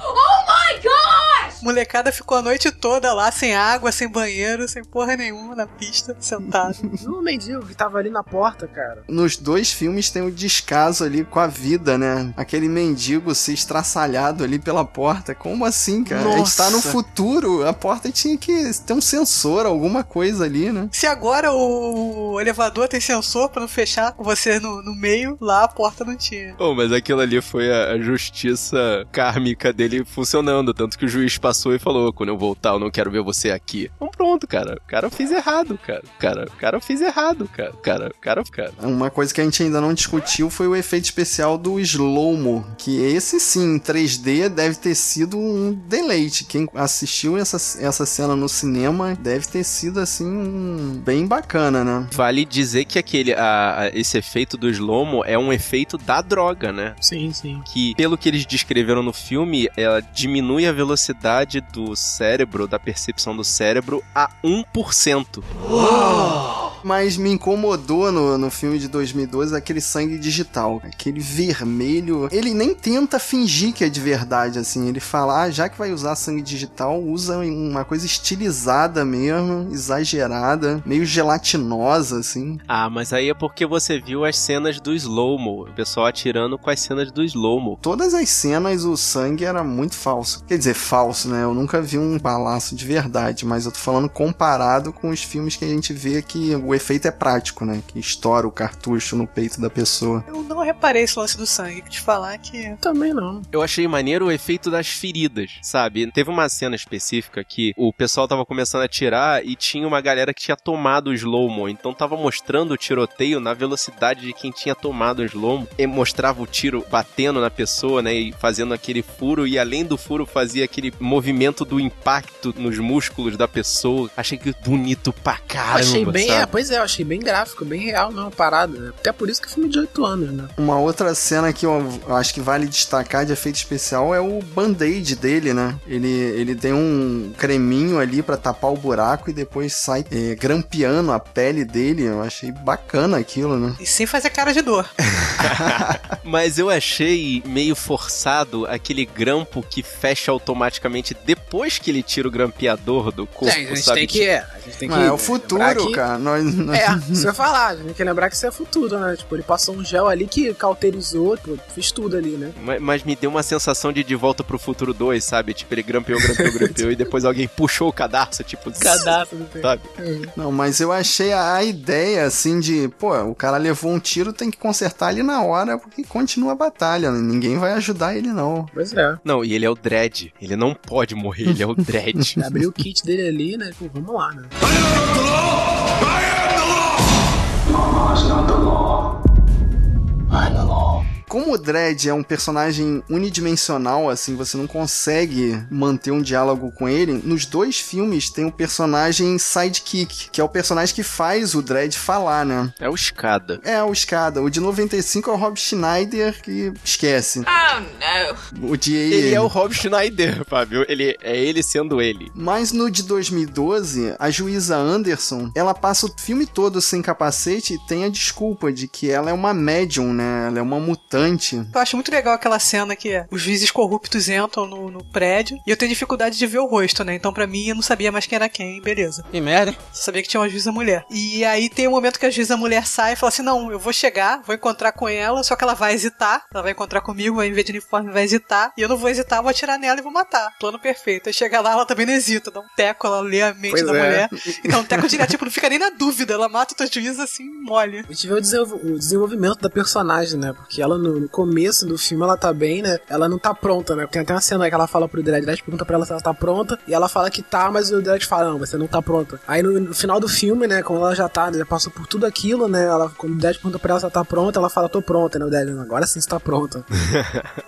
C: Molecada ficou a noite toda lá, sem água, sem banheiro, sem porra nenhuma na pista, sentado.
F: E o mendigo que tava ali na porta, cara.
A: Nos dois filmes tem o descaso ali com a vida, né? Aquele mendigo se estraçalhado ali pela porta. Como assim, cara? A gente tá no
B: Nossa.
A: futuro, a porta tinha que ter um sensor, alguma coisa ali, né?
C: Se agora o elevador tem sensor pra não fechar você no, no meio, lá a porta não tinha.
B: Bom, Oh, mas aquilo ali foi a, a justiça kármica dele funcionando. Tanto que o juiz passou e falou: quando eu voltar, eu não quero ver você aqui. Então pronto, cara. O cara fez errado, cara. O cara, o cara fez errado, cara. O cara, o cara, o cara.
A: Uma coisa que a gente ainda não discutiu foi o efeito especial do slow-mo, que esse sim, em 3D, deve ter sido um deleite. Quem assistiu essa, essa cena no cinema deve ter sido, assim, um- bem bacana, né?
B: Vale dizer que aquele, a- a- esse efeito do slomo é um efeito da droga, né?
F: Sim, sim.
B: que, pelo que eles descreveram no filme, ela diminui a velocidade do cérebro, da percepção do cérebro, a 1%.
A: Mas me incomodou no, no filme de 2012 aquele sangue digital, aquele vermelho. Ele nem tenta fingir que é de verdade, assim. Ele fala, ah, já que vai usar sangue digital, usa uma coisa estilizada mesmo, exagerada, meio gelatinosa, assim.
B: Ah, mas aí é porque você viu as cenas do slow-mo, o pessoal atirando com as cenas do slow-mo.
A: Todas as cenas o sangue era muito falso. Quer dizer, falso, né? Eu nunca vi um balaço de verdade, mas eu tô falando comparado com os filmes que a gente vê que o efeito é prático, né? Que estoura o cartucho no peito da pessoa.
C: Eu não reparei esse lance do sangue, te falar que.
F: Também não.
B: Eu achei maneiro o efeito das feridas, sabe? Teve uma cena específica que o pessoal tava começando a tirar e tinha uma galera que tinha tomado o slow-mo, então tava mostrando o tiroteio na velocidade de quem tinha tomado o slow-mo. E mostrava o tiro batendo na pessoa, né, e fazendo aquele furo e além do furo fazia aquele movimento do impacto nos músculos da pessoa. Achei que bonito pra
A: Ah,
B: caramba,
F: achei bem, é,
B: sabe?
F: pois é, eu achei bem gráfico, bem real mesmo, a parada, né? Até por isso que é filme de 8 anos, né?
A: Uma outra cena que eu acho que vale destacar de efeito especial é o band-aid dele, né? Ele, ele tem um creminho ali pra tapar o buraco e depois sai é, grampeando a pele dele. Eu achei bacana aquilo, né?
C: E sem fazer cara de dor.
B: Mas eu achei meio forçado aquele grampo que fecha automaticamente depois que ele tira o grampeador do corpo,
F: É, a gente
B: sabe?
F: tem que, é, a gente tem que
A: Mas é o
F: lembrar
A: futuro,
F: que-
A: cara. Nós, nós-
F: É, isso eu ia falar, a gente tem que lembrar que isso é futuro, né? Tipo, ele passou um gel ali que cauterizou, pô, fez tudo ali, né?
B: Tipo, Ma- Mas, me deu uma sensação de De Volta pro Futuro 2, sabe? Tipo, ele grampeou,
F: (laughs)
B: grampeou, grampeou e depois alguém puxou o cadarço, tipo...
F: Cadastro do tempo.
B: Sabe?
A: Não, mas eu achei a, a ideia, assim, de, pô, o cara levou um tiro, tem que consertar ali na hora, porque continua a batalha, né? ninguém vai ajudar ele, não.
F: Pois é.
B: Não, e ele é o Dredd. Ele não pode morrer, ele é o Dredd.
F: (laughs) Ele Abriu o kit dele ali, né? Pô, vamos lá, né?
A: Como o Dredd é um personagem unidimensional, assim, você não consegue manter um diálogo com ele, nos dois filmes tem o personagem sidekick, que é o personagem que faz o Dredd falar, né?
B: É o Escada.
A: É, o Escada. O de 95 é o Rob Schneider, que esquece.
H: Oh no.
A: O de...
B: Ele é o Rob Schneider, (laughs) Fábio. Ele, é ele sendo ele.
A: Mas no de 2012, a juíza Anderson, ela passa o filme todo sem capacete e tem a desculpa de que ela é uma médium, né? Ela é uma mutante.
C: Eu acho muito legal aquela cena que os juízes corruptos entram no, no prédio e eu tenho dificuldade de ver o rosto, né? Então, pra mim, eu não sabia mais quem era quem, beleza.
K: Que merda. hein?
C: Só sabia que tinha uma juíza mulher. E aí tem um momento que a juíza mulher sai e fala assim: não, eu vou chegar, vou encontrar com ela, só que ela vai hesitar. Ela vai encontrar comigo, ao invés de uniforme, vai hesitar. E eu não vou hesitar, vou atirar nela e vou matar. Plano perfeito. Aí chega lá, ela também não hesita, dá um teco, ela lê a mente
F: Pois
C: da
F: é.
C: mulher. Então, um teco direto, tipo, não fica nem na dúvida. Ela mata o teu juiz assim, mole.
F: A gente vê o, desenvol- o desenvolvimento da personagem, né? Porque ela no, no, no começo do filme ela tá bem, né? Ela não tá pronta, né? Tem até uma cena que ela fala pro Dredd, Dredd pergunta pra ela se ela tá pronta, e ela fala que tá, mas o Dredd fala, não, você não tá pronta. Aí no, no final do filme, né, quando ela já tá, já passou por tudo aquilo, né? Ela, quando o Dredd pergunta pra ela se ela tá pronta, ela fala, tô pronta, né? O Dredd, "Não, agora sim você tá pronta.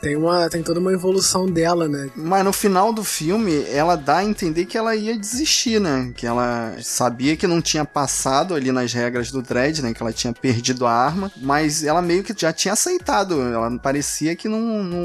F: tem, uma, tem toda uma evolução dela, né?
A: Mas no final do filme, ela dá a entender que ela ia desistir, né? Que ela sabia que não tinha passado ali nas regras do Dredd, né? Que ela tinha perdido a arma, mas ela meio que já tinha aceitado. Ela parecia que não, não,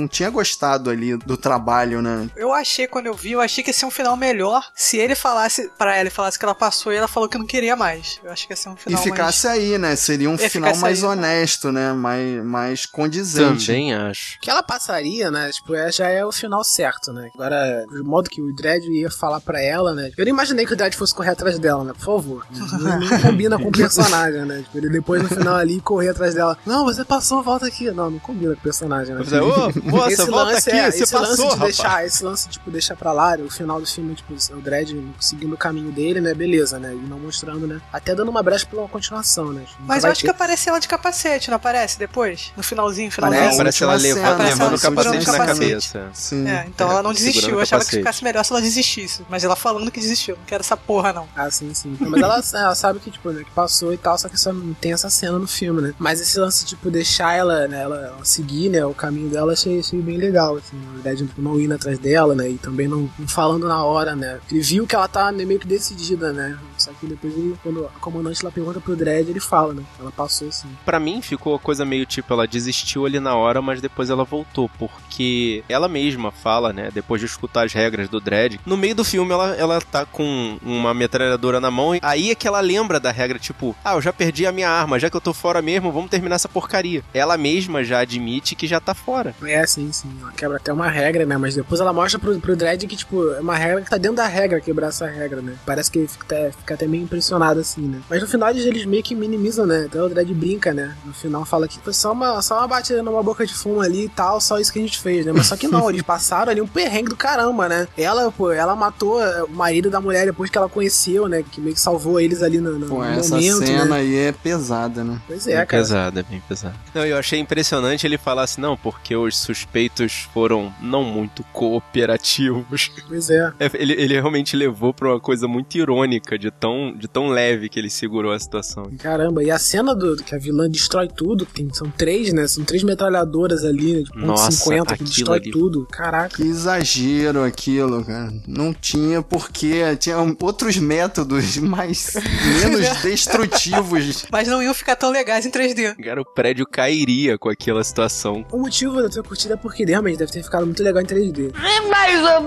A: não tinha gostado ali do trabalho, né?
C: Eu achei, quando eu vi, eu achei que ia ser um final melhor se ele falasse pra ela e falasse que ela passou e ela falou que não queria mais. Eu acho que ia ser um
A: E
C: final mais...
A: ficasse aí, né? Seria um
C: Ia
A: final
C: ficasse
A: mais
C: aí, né?
A: honesto, né? Mais, mais condizente.
B: Também acho.
F: que ela passaria, né? Tipo, é- já é o final certo, né? Agora, o modo que o Dredd ia falar pra ela, né? Eu não imaginei que o Dredd fosse correr atrás dela, né?
C: (laughs)
F: Por favor. Não, não combina com o personagem, né? Tipo, ele depois no final ali correr atrás dela. Não, você passou, volta aqui. Não, não combina com o personagem, né?
B: Você, é, ô, moça, volta aqui,
F: é,
B: você
F: esse lance
B: passou,
F: de
B: rapaz.
F: deixar, esse lance, tipo, deixar pra lá, o final do filme, tipo, o Dredd seguindo o caminho dele, né? Beleza, né? E não mostrando, né? Até dando uma brecha pra uma continuação, né? Nunca
C: Mas eu
F: vai
C: acho
F: ter.
C: que aparece ela de capacete, não aparece depois? No finalzinho, finalzinho?
B: Parece,
A: Não,
B: parece
A: última
B: ela leva-
A: cena,
B: levando o
C: parece ela
B: capacete na
C: segurando o capacete.
B: cabeça.
A: Sim.
C: É, então
B: É,
C: ela não
B: segurando
C: desistiu. Eu
B: o
C: achava que
B: capacete.
C: ficasse melhor se ela desistisse. Mas ela falando que desistiu. Não quero essa porra, não.
F: Ah, sim, sim. Mas ela, (laughs) ela sabe que, tipo, né, que passou e tal, só que só não tem essa cena no filme, né? Mas esse lance, tipo, deixar ela, né, ela, ela seguir, né, o caminho dela, achei, achei bem legal, assim. Na verdade, tipo, não indo atrás dela, né, e também não, não falando na hora, né. Ele viu que ela tá né, meio que decidida, né. Só que depois, ele, quando a comandante lá pergunta pro Dredd, ele fala, né, ela passou, assim.
B: Pra mim ficou a coisa meio tipo, ela desistiu ali na hora, mas depois ela voltou, porque ela mesma fala, né, depois de escutar as regras do Dredd, no meio do filme ela, ela tá com uma metralhadora na mão, e aí é que ela lembra da regra, tipo, ah, eu já perdi a minha arma, já que eu tô fora mesmo, vamos terminar essa porcaria. Ela mesma já admite que já tá fora.
F: É, sim, sim. Ela quebra até uma regra, né? Mas depois ela mostra pro, pro Dredd que, tipo, é uma regra que tá dentro da regra quebrar essa regra, né? Parece que ele fica, até- fica até meio impressionado, assim, né? Mas no final eles, eles meio que minimizam, né? Então o Dredd brinca, né? No final fala que foi só uma, só uma batida numa boca de fumo ali e tal, só isso que a gente fez, né? Mas só que não,
A: (laughs)
F: eles passaram ali um perrengue do caramba, né? Ela, pô, ela matou é, o marido da mulher depois que ela conheceu, né? Que meio que salvou eles ali no, no-
A: Pô,
F: no
A: essa
F: momento,
A: cena
F: né?
A: aí é pesada, né?
F: Pois é, cara.
B: pesado, é bem pesado. Não, eu achei impressionante ele falar assim, não, porque os suspeitos foram não muito cooperativos.
F: Pois é.
B: É, ele, ele realmente levou pra uma coisa muito irônica, de tão, de tão leve que ele segurou a situação.
F: Caramba, e a cena do do que a vilã destrói tudo, que tem, são três, né? São três metralhadoras ali, né, de ponto
B: Nossa,
F: 50, que
B: aquilo
F: destrói
B: ali.
F: tudo. Caraca.
A: Que exagero aquilo, cara. Não tinha porque tinha outros métodos (laughs) mais
C: (laughs)
A: menos destrutivos.
C: Mas não iam ficar tão legais em 3D.
B: Cara, o prédio cairia com aquela situação.
F: O motivo da tua curtida é porque realmente deve ter ficado muito legal em 3D.
E: Mais ou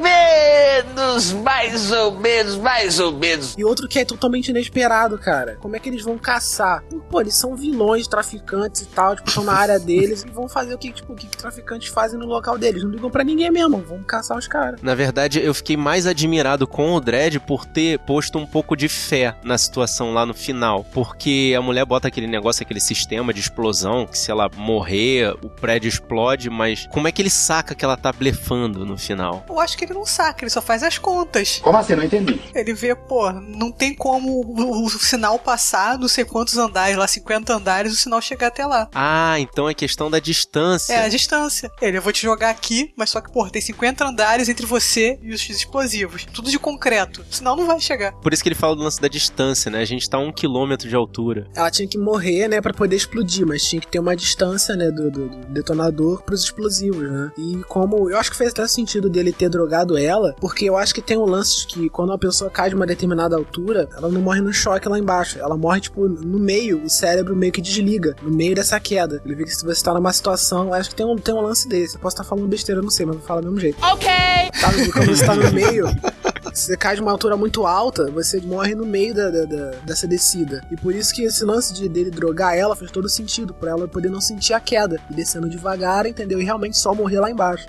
E: menos, mais ou menos, mais ou menos.
F: E outro que é totalmente inesperado, cara. Como é que eles vão caçar? Pô, eles são vilões, traficantes e tal, tipo, estão na
B: (laughs)
F: área deles e vão fazer o que, tipo, o que que traficantes fazem no local deles. Não ligam pra ninguém mesmo, vão caçar os caras.
B: Na verdade, eu fiquei mais admirado com o Dredd por ter posto um pouco de fé na situação lá no final. Porque a mulher bota aquele negócio, aquele sistema de explosão, que se ela morrer, o prédio explode, mas como é que ele saca que ela tá blefando no final?
C: Eu acho que ele não saca, ele só faz as contas.
I: Como assim? Não entendi.
C: Ele vê, pô, não tem como o, o- o sinal passar não sei quantos andares, lá 50 andares, o sinal chegar até lá.
B: Ah, então é questão da distância.
C: É a distância. Ele, eu vou te jogar aqui, mas só que, pô, tem 50 andares entre você e os explosivos. Tudo de concreto. O sinal não vai chegar.
B: Por isso que ele fala do lance da distância, né? A gente tá a um quilômetro de altura.
F: Ela tinha que morrer, né, pra poder explodir, mas tinha que ter uma distância, né, do, do, do detonador pros explosivos, né? E como. Eu acho que fez até sentido dele ter drogado ela, porque eu acho que tem um lance de que quando uma pessoa cai de uma determinada altura, ela não morre no choque lá embaixo. Ela morre, tipo, no meio, o cérebro meio que desliga, no meio dessa queda. Ele vê que se você tá numa situação, eu acho que tem um, tem um lance desse. Eu posso estar falando besteira, eu não sei, mas vou falar do mesmo jeito.
E: Ok!
F: Sabe? Quando você tá no (laughs) meio, você cai de uma altura muito alta, você morre no meio da, da- da- dessa descida. E por isso que esse lance de, dele drogar ela faz todo sentido, pra ela poder não sentir a queda. E descendo devagar, entendeu? E realmente só morrer lá embaixo.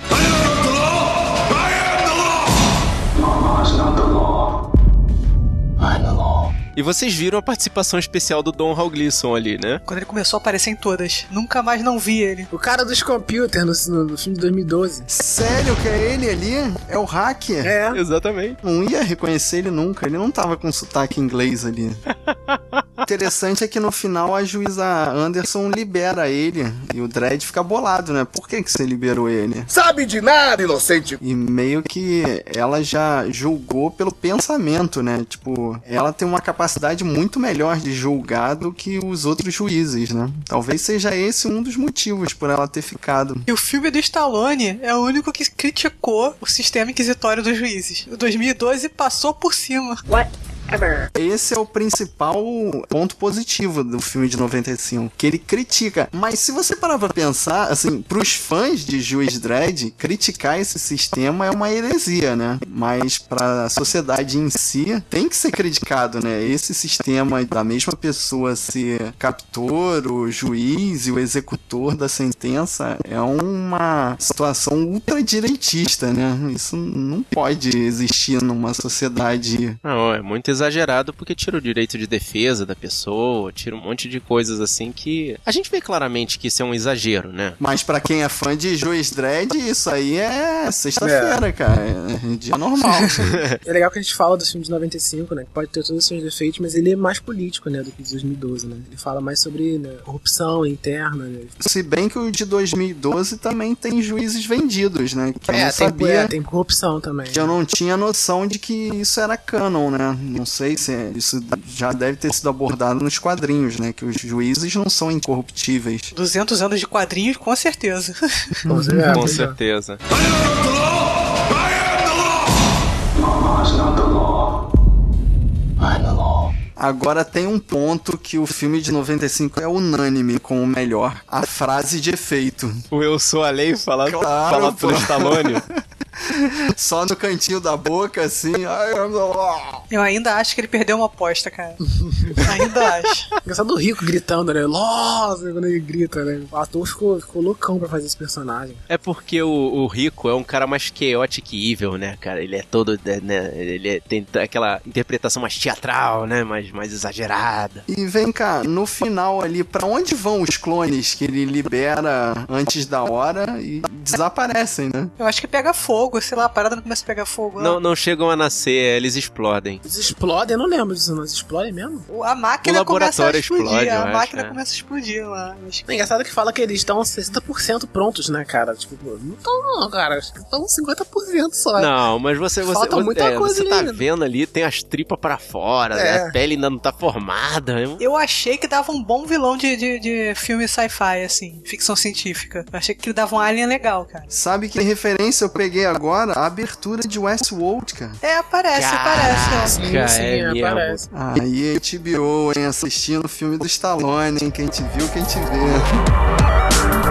B: E vocês viram a participação especial do Don Hal Gleason ali, né?
C: Quando ele começou a aparecer em todas. Nunca mais não vi ele.
F: O cara dos computers no, no filme de 2012.
A: Sério que é ele ali? É o hacker?
F: É.
B: Exatamente.
A: Não ia reconhecer ele nunca. Ele não tava com sotaque inglês ali. interessante é que no final a juíza Anderson libera ele e o Dredd fica bolado, né? Por que, que você liberou ele?
D: Sabe de nada, inocente!
A: E meio que ela já julgou pelo pensamento, né? Tipo, ela tem uma capacidade muito melhor de julgar do que os outros juízes, né? Talvez seja esse um dos motivos por ela ter ficado.
C: E o filme do Stallone é o único que criticou o sistema inquisitório dos juízes. O 2012 passou por cima.
A: Esse é o principal ponto positivo do filme de 95, que ele critica. Mas se você parar pra pensar, assim, pros fãs de Juiz Dredd, criticar esse sistema é uma heresia, né? Mas pra sociedade em si, tem que ser criticado, né? Esse sistema da mesma pessoa ser captor, o juiz e o executor da sentença é uma situação ultradireitista, né? Isso não pode existir numa sociedade
B: Não, é muito exagerado porque tira o direito de defesa da pessoa, tira um monte de coisas assim que. A gente vê claramente que isso é um exagero, né?
A: Mas pra quem é fã de Juiz Dredd, isso aí é sexta-feira, cara. É dia
F: (laughs)
A: normal.
F: É legal que a gente fala dos filmes de 95, né? Que pode ter todos os seus defeitos, mas ele é mais político, né? Do que o de 2012, né? Ele fala mais sobre né, corrupção interna, né?
A: Se bem que o de 2012 também tem juízes vendidos, né? Que eu não
F: tem, é,
A: sabia.
F: tem corrupção também.
A: Que eu não tinha noção de que isso era canon, né? Não sei se é- isso já deve ter sido abordado nos quadrinhos, né? Que os juízes não são incorruptíveis.
C: 200 anos de quadrinhos, com certeza. (laughs)
F: Bom, é,
B: Com
F: pois é.
B: certeza.
A: Agora tem um ponto que o filme de 95 é unânime com o melhor: a frase de efeito.
B: O Eu Sou a Lei falar
A: Claro,
B: falar pro
A: pô.
B: Stallone.
A: Só no cantinho da boca, assim. "Ai, eu não-"
C: Eu ainda acho que ele perdeu uma aposta, cara. ainda acho.
F: Engraçado o Rico gritando, né? Nossa, quando ele grita, né? O ator ficou, ficou loucão pra fazer esse personagem.
B: É porque o, o Rico é um cara mais chaotic evil, né, cara? Ele é todo. Né, ele é- tem aquela interpretação mais teatral, né? Mais, mais exagerada.
A: E vem cá, no final ali, pra onde vão os clones que ele libera antes da hora e desaparecem, né?
C: Eu acho que pega fogo, sei lá, a parada não começa a pegar fogo.
B: Não, não chegam a nascer, eles explodem.
F: Eles explodem, eu não lembro disso, não. Eles explodem mesmo?
C: O- A máquina
B: O
C: começa a
B: laboratório
C: explodir.
B: explode, eu
C: a
B: acho,
C: máquina
B: né?
C: começa a explodir lá. Eu acho que-
F: É engraçado que fala que eles estão 60% prontos, né, cara? Tipo, pô, não estão não, cara. Acho que estão 50% só.
B: Não, mas você você,
F: Falta
B: você-
F: muita
B: é,
F: coisa
B: você
F: ali
B: tá
F: ainda.
B: vendo ali, tem as tripas pra fora, né?
F: É.
B: a pele ainda não tá formada. né?
C: Eu achei que dava um bom vilão de, de, de filme sci-fi, assim, ficção científica. Eu achei que dava um alien legal, cara.
A: Sabe que referência eu peguei agora? A abertura de Westworld, cara.
C: É, aparece, aparece.
F: Sim,
B: Cara,
F: sim,
B: é mesmo.
F: aparece.
A: Aí, HBO, hein, assistindo o filme do Stallone, hein? Quem te viu, quem te vê.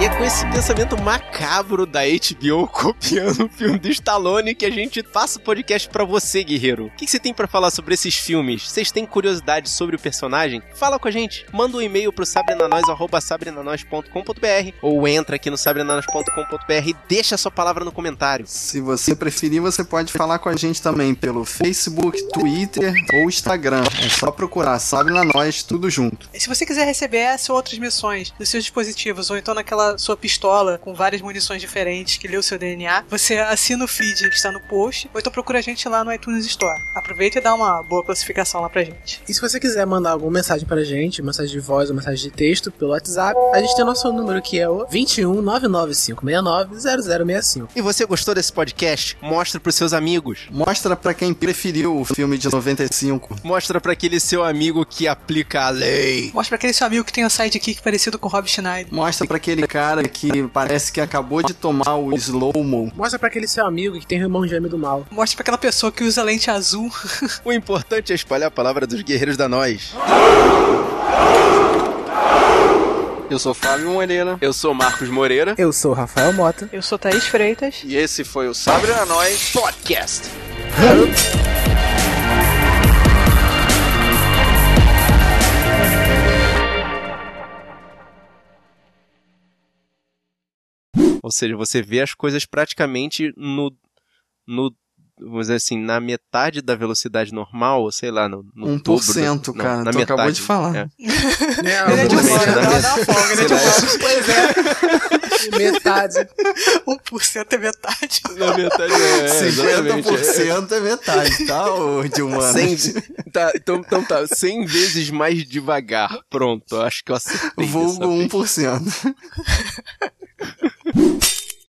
B: E é com esse pensamento macabro da HBO copiando o (laughs) filme do Stallone que a gente passa o podcast pra você, guerreiro. O que que você tem pra falar sobre esses filmes? Vocês têm curiosidade sobre o personagem? Fala com a gente. Manda um e-mail pro sabrenanois, arroba sabrenanois.com.br ou entra aqui no sabrenanois.com.br e deixa a sua palavra no comentário.
A: Se você preferir, você pode falar com a gente também pelo Facebook, Twitter ou Instagram. É só procurar Sabrina Nós, tudo junto.
C: E Se você quiser receber essa ou outras missões dos seus dispositivos, ou então naquela sua pistola com várias munições diferentes que lê o seu DNA, você assina o feed que está no post, ou então procura a gente lá no iTunes Store. Aproveita e dá uma boa classificação lá pra gente.
F: E se você quiser mandar alguma mensagem pra gente, mensagem de voz ou mensagem de texto, pelo WhatsApp, a gente tem o nosso número que é o 21 99569 0065.
B: E você gostou desse podcast? Mostra pros seus amigos.
A: Mostra pra quem preferiu o filme de 95.
B: Mostra pra aquele seu amigo que aplica a lei.
C: Mostra pra aquele seu amigo que tem um sidekick parecido com o Rob Schneider.
A: Mostra pra aquele cara que parece que acabou de tomar o slow-mo.
F: Mostra pra aquele seu amigo que tem o irmão gêmeo do mal.
C: Mostra pra aquela pessoa que usa lente azul.
B: O importante é espalhar a palavra dos guerreiros da nós.
G: Eu sou Fábio Moreira
B: Eu sou Marcos Moreira.
F: Eu sou o Rafael Mota.
C: Eu sou Thaís Freitas. (laughs)
G: e esse foi o Sabrina Nós Podcast.
B: Ou seja, você vê as coisas praticamente no. no vamos dizer assim, na metade da velocidade normal, ou sei lá, no. no
A: 1%,
B: dobro da- não,
A: cara,
B: na
A: tu
B: metade.
A: acabou de falar.
B: É.
F: Não,
C: Ele é de
B: Tudo bem,
C: fora,
B: né?
C: dá uma folga, ele é de
B: Sei lá.
C: fora. Pois é.
F: metade.
C: 1% é metade.
B: Na metade é, é,
A: (laughs)
B: exatamente. É.
A: 50% é metade, tá, ô Dilma?
B: Cem- tá, então, então tá, 100 vezes mais devagar. Pronto, acho que eu acertei.
A: Vulgo
B: dessa vez.
A: 1%.